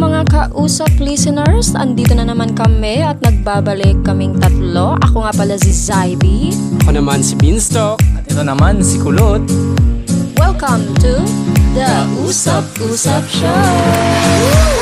kausap listeners. Andito na naman kami at nagbabalik kaming tatlo. Ako nga pala si Zybe. Ako naman si Beanstalk. At ito naman si Kulot. Welcome to The Usap-Usap Show!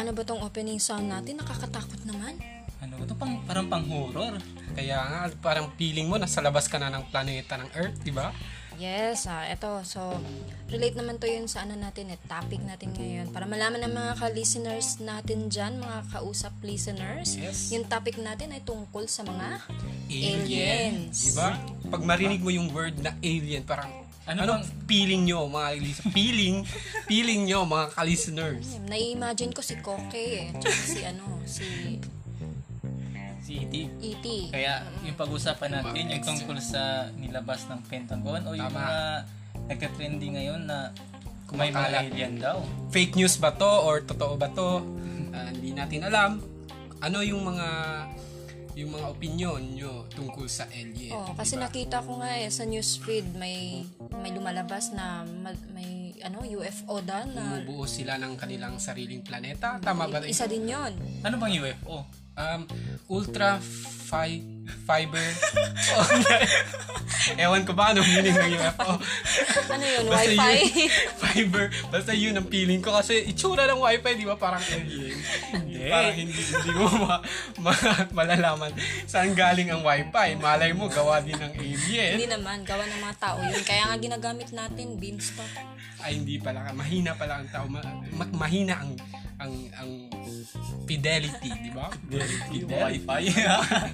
Ano ba tong opening sound natin? Nakakatakot naman. Ano ito pang parang pang horror. Kaya nga, parang feeling mo, nasa labas ka na ng planeta ng Earth, di ba? Yes, ah, eto. So, relate naman to yun sa ano natin, eh, topic natin ngayon. Para malaman ng mga ka-listeners natin dyan, mga kausap listeners, Yes. yung topic natin ay tungkol sa mga Aliens. Di ba? Pag marinig mo yung word na alien, parang ano Ano anong bang- feeling nyo, mga lis- feeling, feeling nyo, mga ka-listeners? Ayun, Nai-imagine ko si Koke eh. Tsaka si ano, si E Si E.T. E.T. Kaya yung pag-usapan natin yung tungkol sa nilabas ng Pentagon o yung Tama. mga nagka-trending ngayon na kung may mga Kumakalat. alien daw. Fake news ba to or totoo ba to? Ah, hindi natin alam. Ano yung mga yung mga opinion nyo tungkol sa alien? Oh, kasi di ba? nakita ko nga eh, sa newsfeed may may lumalabas na ma- may ano UFO daw na Bumubuo sila ng kanilang sariling planeta. Tama ba? isa din 'yon. Ano bang UFO? Um, ultra fi- fiber. Oh, Ewan ko ba anong meaning ng UFO. Ano 'yon? Basta Wi-Fi. yun. fiber. Basta yun ang feeling ko kasi itsura ng wifi, di ba? Parang alien. hindi. Parang hindi, hindi mo ma- ma- malalaman saan galing ang wifi. Malay mo, gawa din ng alien. Hindi naman gawa ng mga tao 'yun. Kaya nga ginagamit natin beanstalk. Ay, hindi pala. Mahina pala ang tao. Ma- ma- mahina ang ang ang fidelity, di ba? Fidelity. Wi-Fi.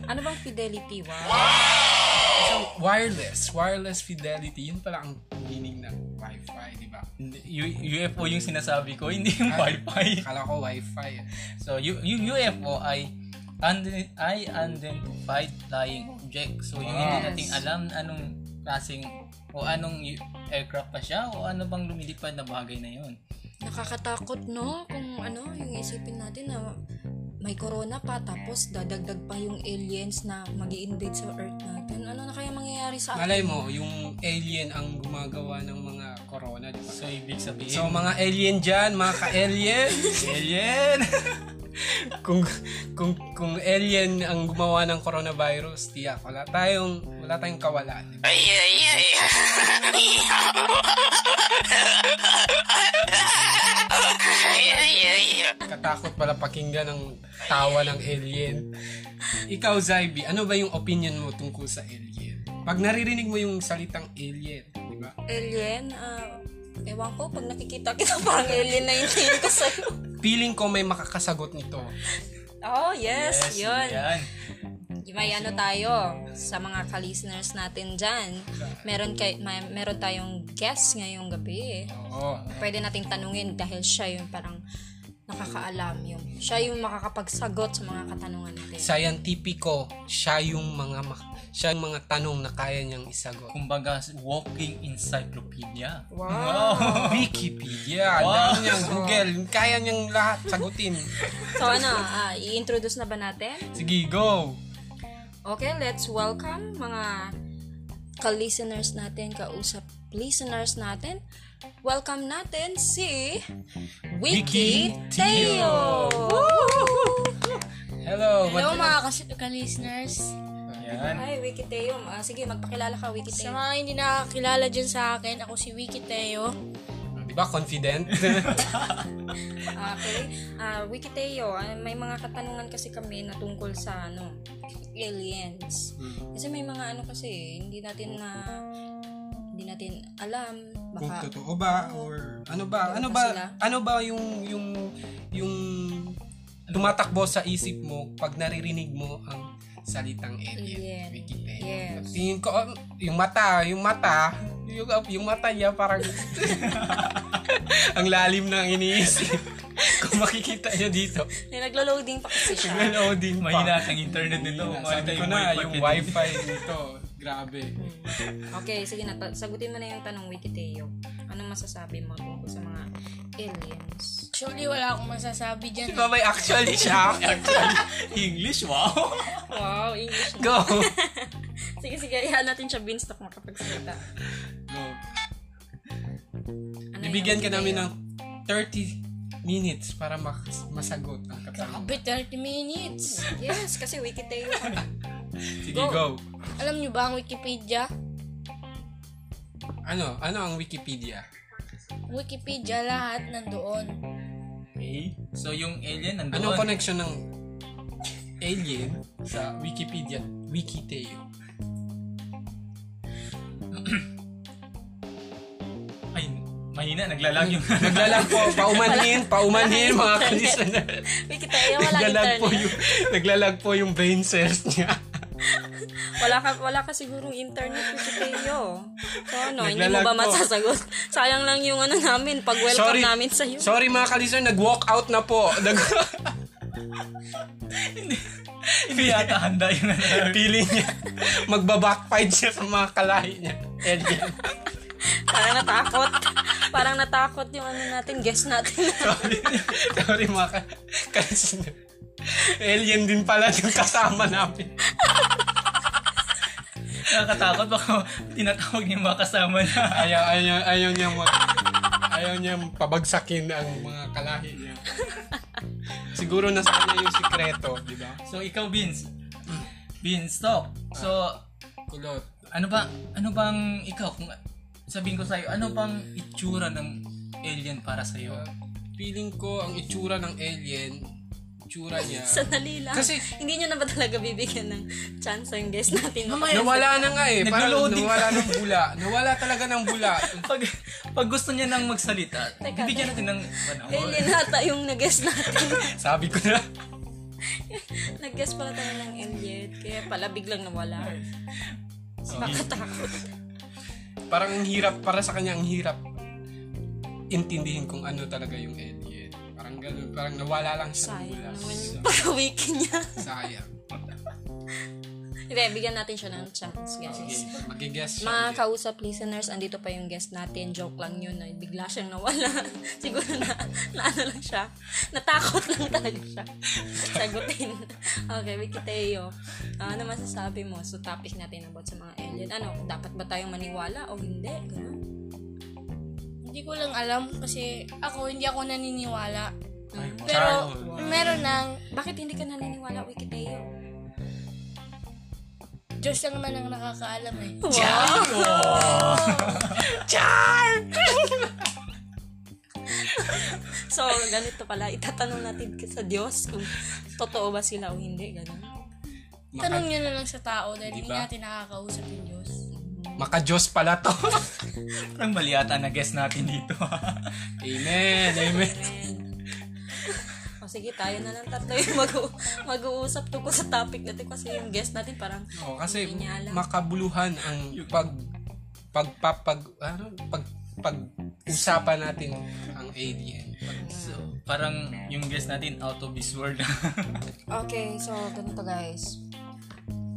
Ano bang fidelity wow? So, Oh, wireless. Wireless fidelity. Yun pala ang meaning ng wifi, di ba? Hindi, U- UFO yung sinasabi ko, hindi yung Ah. Wi-Fi. Akala ko wifi. eh. So, yu- yung UFO ay unde- ay unidentified flying object. So, yung hindi Yes. nating alam anong klaseng o anong u- aircraft pa siya o ano bang lumilipad na bagay na yun. Nakakatakot no kung ano yung isipin natin na may corona pa tapos dadagdag pa yung aliens na mag invade sa earth natin. Ano na kaya mangyayari sa atin? Malay mo, yung alien ang gumagawa ng mga corona, di ba? So, ibig sabihin, So, mga alien dyan, mga ka-alien, alien! kung, kung, kung alien ang gumawa ng coronavirus, tiyak, wala tayong, wala tayong kawalan. di ba? Katakot pala pakinggan ang tawa ng alien. Ikaw, Zybe, ano ba yung opinion mo tungkol sa alien? Pag naririnig mo yung salitang alien, di ba? Alien, ah, ewan ko, pag nakikita kita parang alien na yung tingin ko sa'yo. Feeling ko may makakasagot nito. Oh, yes, yun. yan. May ano tayo sa mga ka-listeners natin dyan. Meron, kay, may, meron tayong guest ngayong gabi. Oo. Pwede nating tanungin dahil siya yung parang nakakaalam yung siya yung makakapagsagot sa mga katanungan natin. Scientifico, siya yung mga ma- siya yung mga tanong na kaya niyang isagot. Kumbaga, walking encyclopedia. Wow. Wikipedia, Wow. alam niyang Google, kaya niyang lahat sagutin. So ano, ah, i-introduce na ba natin? Sige, go! Okay, let's welcome mga ka-listeners natin, kausap listeners natin. Welcome natin si Wiki, Wiki Teo! Hello! Hello what- mga kas- ka-listeners. Yan. Hi, Wiki Teo. Ah, sige, magpakilala ka, Wiki Sa Teo. mga hindi nakakilala dyan sa akin, ako si Wiki Teo. Di ba, confident? Okay. Ah, Wiki Teo, ah, may mga katanungan kasi kami na tungkol sa ano, aliens. Kasi may mga ano kasi, eh, hindi natin na hindi natin alam. Kung Baka totoo ba or ano ba? Ano Ano ba? sila? Ano ba yung yung yung tumatakbo sa isip mo pag naririnig mo ang salitang alien? Alien. Wikipedia. Yes. Tingin ko oh, yung mata, yung mata, yung, yung mata niya parang ang lalim ng iniisip. Kung makikita nyo dito. May naglo-loading pa kasi siya. Nag-loading pa. Mahina ang internet nito. Sabi ko Mahina yung na, wifi. yung nito. wifi nito. Grabe. Mm. Okay, sige na. ta- Sagutin mo na yung tanong with Teo. Anong masasabi mo tungkol sa mga aliens? Actually, wala akong masasabi dyan. Diba may actually siya? English, wow! Wow, English na. Go! Sige, sige. Iyan natin siya Beanstalk makapagsalita. Go. Ano yun, Bibigyan ka namin Teo? ng 30 minutes para mak- masagot ang katanungan. Grabe, 30 minutes. Yes, kasi wiki tayo. kami. Sige, go. Alam nyo ba ang Wikipedia? Ano? Ano ang Wikipedia? Wikipedia lahat nandoon. Okay. So, yung alien nandoon. Anong Ano connection ng alien sa Wikipedia? Wikiteo. Ay, mahina. Naglalag yung... Naglalag po, paumanhin, paumanhin mga listener. wiki tayo, wala Naglalag po internet. yung naglalag po yung brain cells niya. Wala ka, wala ka sigurong internet, wiki tayo. So ano, hindi mo Naglalag ba po. masasagot? Sayang lang yung ano namin, pag-welcome Sorry. namin sa'yo. Sorry mga ka-listener, nag-walk out na po. Nag Hindi yata handa yung... piling niya. Magbabackfight siya sa mga kalahi niya. Alien. Parang natakot. Parang natakot yung ano natin, guess natin. Sorry. Sorry mga ka- ka-listener. Alien din pala yung kasama namin. Nakakatakot baka tinatawag niya yung mga kasama na. Ayaw, ayaw, ayaw niya mag... Ayaw niya pabagsakin ang mga kalahi niya. Siguro nasa kanya yung sikreto, di ba? So, ikaw, Beans. Beans, talk. So, Kulot. ano ba, ano bang ikaw, kung sabihin ko sa'yo, ano bang itsura ng alien para sa'yo? Feeling ko ang itsura ng alien, itsura niya. Sandali lang. Kasi- hindi nyo na ba talaga bibigyan ng chance ang guess natin? Nawala na nga eh. Parang Naglo-loading nawala ng bula. Nawala talaga ng bula. Pag, pag gusto niya nang magsalita, Teka, Eh, bibigyan natin ng ano, one hour. Alien ata yung nag-guess natin. Sabi ko na. nag-guess pala tayo ng alien. Kaya pala biglang nawala. Nakatakot. Ah. Parang ang hirap, para sa kanya ang hirap intindihin kung ano talaga yung alien. Parang ganun. Parang nawala lang siya ng Sayang bula. naman yung pag-awaken niya. Sayang. Hindi, bigyan natin siya ng chance, guys. Okay. Mag-guess siya. Mga kausap listeners, andito pa yung guest natin. Joke lang yun. Na bigla siyang nawala. Siguro na, naano lang siya. Natakot lang talaga siya. Sagutin. Okay, Wiki Teo. Ah, ano masasabi mo sa topic natin about sa mga alien? Ano, dapat ba tayong maniwala o hindi? Ganun. Hindi ko lang alam kasi ako, hindi ako naniniwala. Ay, wow. Pero, Wow. meron ng Bakit hindi ka naniniwala, Wiki Teo? Diyos lang naman ang nakakaalam eh. Wow! So, ganito pala. Itatanong natin sa Diyos kung totoo ba sila o hindi. Ganun. Maka- Tanong nyo na lang sa tao dahil hindi Diba? natin nakakausap yung Diyos. Maka-Diyos pala to. Parang mali yata na guess natin dito. Amen. Amen. O sige, tayo na lang tatlo yung mag- mag-uusap tungkol sa topic natin kasi yung guest natin parang Oh, kasi Hindi niya alam. makabuluhan ang pag pagpapag ano pag pag usapan natin ang alien. so, parang yung guess natin out of this world. Okay, so ganito guys.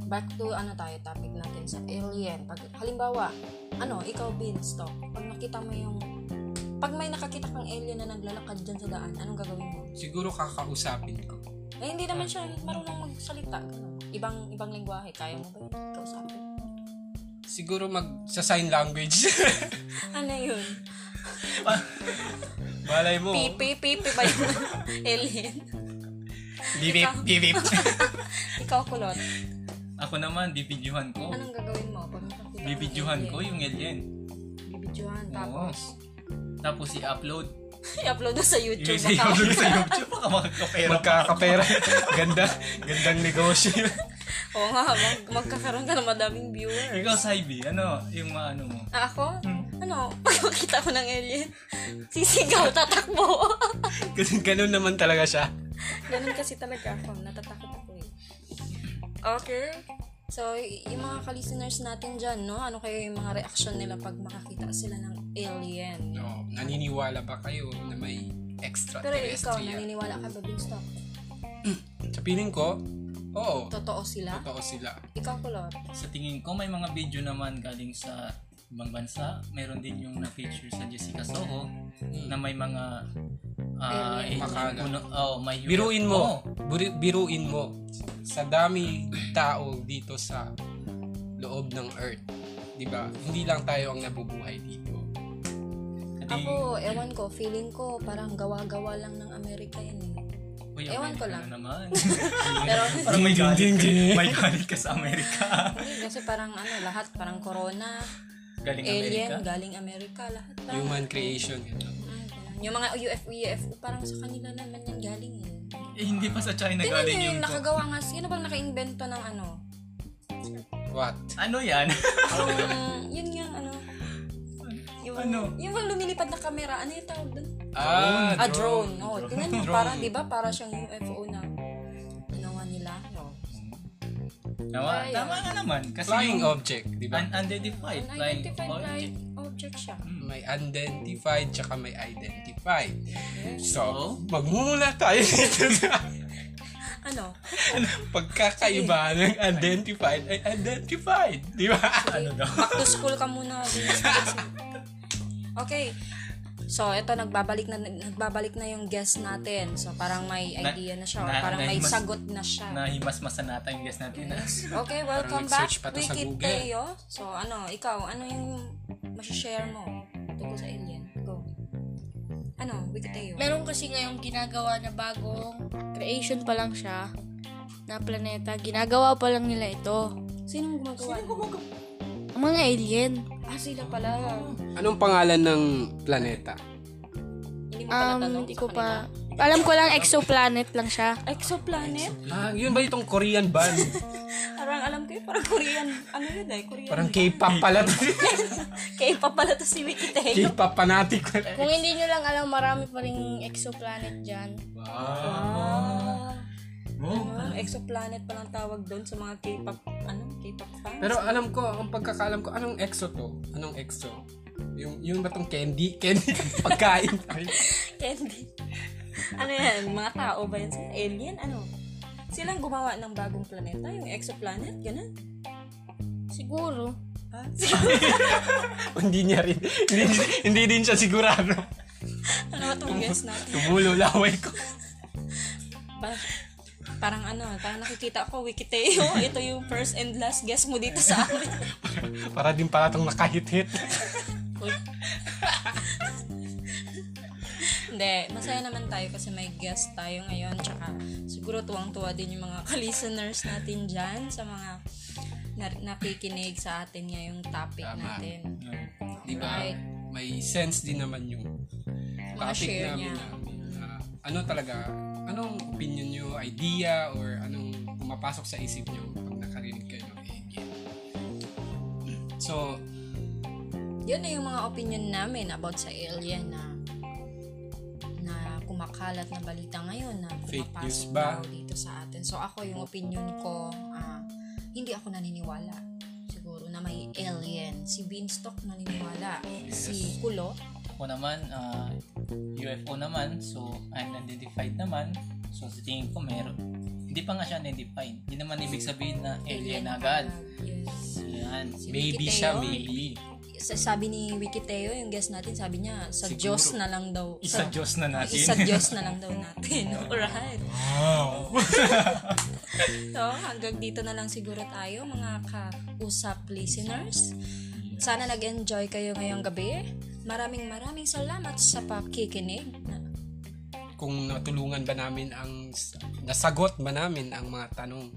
Back to ano tayo topic natin sa alien. Pag halimbawa, ano, ikaw Beanstalk, pag nakita mo yung pag may nakakita kang alien na naglalakad dyan sa daan, anong gagawin mo? Siguro kakausapin ko. Eh, hindi naman siya marunong magsalita. ganun. Ibang ibang lengguwahe, kaya mo ba yun? Kausapin. Siguro mag sa sign language. Ano yun? Malay Oh. mo. Pipi, pipi ba yun? alien? Bibip, bibip. Ikaw, kulot. Ako naman, bibidyohan ko. Anong gagawin mo? Pag nakakita mo Bibidyohan ko yung alien. Bibidyohan, Oo. tapos Tapos i-upload. i-upload na sa Yung YouTube. sa account. YouTube, sa YouTube, baka makakapera. Magkakapera. Ganda. Gandang negosyo. yun. Oo nga, mag- magkakaroon ka ng madaming viewer. Ikaw, Saibi, ano, yung mga ano mo? Ah, ako? Ano? Pag makita ko ng alien, sisigaw, tatakbo. Ganun, ganun naman talaga siya. Ganun kasi talaga ako. Natatakot ako eh. Okay. So, y- yung mga ka-listeners natin dyan, no? Ano kayo yung mga reaction nila pag makakita sila ng alien? No, naniniwala ba kayo na may Pero ikaw, extraterrestrial. naniniwala ka ba, Beanstalk? Sa piling ko, oo. Totoo sila? Totoo sila. Ikaw, Kulot? Sa tingin ko, may mga video naman galing sa ibang bansa. Meron din yung na-feature sa Jessica Soho na may mga ah, Alien. Makaga. uno- oh, may UFO. Biruin mo. Buri- biruin mo. Sa dami tao dito sa loob ng earth. 'Di ba? Hindi lang tayo ang nabubuhay dito. Sa tingin- Ako, ewan ko, feeling ko parang gawa-gawa lang ng Amerika yan eh. Uy, ewan ko Amerika lang. na ano naman. Pero Parang may galit, Ding, ding, ding. may galit ka sa Amerika. hindi, kasi parang ano, lahat parang corona, Galing alien, Amerika. galing Amerika, lahat parang, Human creation. Ganun. Mm, parang yung mga UFO, UFO, parang sa kanila naman yan galing eh. Eh, hindi pa sa China Tingnan galing nyo yung... yung nakagawa nga, sino bang naka-invento ng ano? What? Ano yan? Yung, yun yung ano, yung, Ano? yung bang lumilipad na camera, ano yung tawag doon? Ah, A drone. Oh, tingnan mo, Drone. parang, di ba, para siyang UFO na ginawa nila. Oh. Tama, Ayun. tama nga naman. Kasi Flying yung object, 'di ba? un- unidentified flying Unidentified object. flying object siya. Mm. may unidentified tsaka may identified. So, So? magmumula tayo dito sa Ano? pagkakaiba ng identified ay identified. Di ba? Ano daw? Back to school ka muna. okay. So, ito nagbabalik na nagbabalik na yung guest natin. So, parang may Na- idea na siya or na- parang na- may mas- sagot na siya. Nahimas-masa nata yung guest natin. ah. Okay, welcome Parang back. nag-search pa to sa Wiki Google. Teo. So, ano, ikaw, ano yung masashare mo tungkol sa alien? Go. Ano, Wiki Teo? Meron kasi ngayong ginagawa na bagong creation pa lang siya na planeta. Ginagawa pa lang nila ito. Sinong gumagawa? Sinong gumagawa? Ang mga alien. Ah, sila pala. Anong pangalan ng planeta? Hindi mo pala tanong Um, sa hindi ko kanila? pa. Alam ko lang exoplanet lang siya. Exoplanet? Ah, yun ba itong Korean band? Parang alam ko yun, parang Korean. Ano yun eh, Korean. Parang K-pop pala. to. K-pop pala to si Wiki Teo. K-pop fanatic. Kung hindi nyo lang alam, marami pa rin exoplanet dyan. Ah. Oh, Ano, exoplanet palang tawag doon sa mga K-pop, ano, K-pop fans. Pero alam ko, ang pagkakaalam ko, anong exo to? Anong exo? Yung, yung ba tong candy? Candy? Pagkain. Candy. ano yan, mga tao ba yan? Sila Alien? Ano? Silang gumawa ng bagong planeta, yung exoplanet, ganun. Siguro. Ah, hindi niya rin. Hindi, hindi din siya sigurado. ano ba itong guess natin? Tumulo laway ko. Parang, parang ano, parang nakikita ko, Wikiteo, ito yung first and last guess mo dito sa amin. Para din pala itong nakahit-hit. Uy. Hindi, masaya naman tayo kasi may guest tayo ngayon. Tsaka siguro tuwang-tuwa din yung mga ka-listeners natin dyan sa mga na- nakikinig sa atin ngayong topic Tama. natin. Di ba? Alright. May sense din naman yung Mga topic share niya. namin. Na, na ano talaga, anong opinion nyo, idea, or anong pumapasok sa isip nyo pag nakarinig kayo ng alien? So, Yun na yung mga opinion namin about sa alien na na kumakalat na balita ngayon na Fake news pumapasok ba? daw dito sa atin. So ako yung opinion ko, ah, hindi ako naniniwala siguro na may alien. Si Beanstalk naniniwala. Si Kulo, ako naman, ah, UFO naman, so unidentified naman. So sa tingin ko meron. Hindi pa nga siya identified. Hindi naman ibig sabihin na alien agad. Yes. Yan. Si maybe Wikiteo, siya, maybe. sa- Sabi ni Wikiteo, yung guest natin, sabi niya, sa Siguro. Diyos na lang daw. sa- Isa Diyos na natin. Isa Diyos na lang daw natin. Alright. Wow. So, hanggang dito na lang siguro tayo mga ka-usap listeners. Sana nag-enjoy kayo ngayong gabi. Maraming maraming salamat sa pakikinig. Kung natulungan ba namin ang, nasagot ba namin ang mga tanong.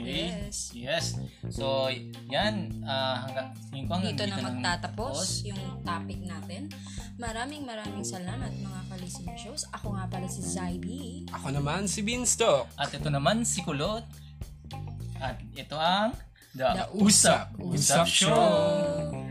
Okay. Yes. Yes. So, yan. ah hanggang, tingin ko hanggang Dito na lang magtatapos yung topic natin. Maraming maraming salamat mga ka-listener shows. Ako nga pala si Zaibi. Ako naman si Beanstalk. At ito naman si Kulot. At ito ang The The, Usap! Usap Show.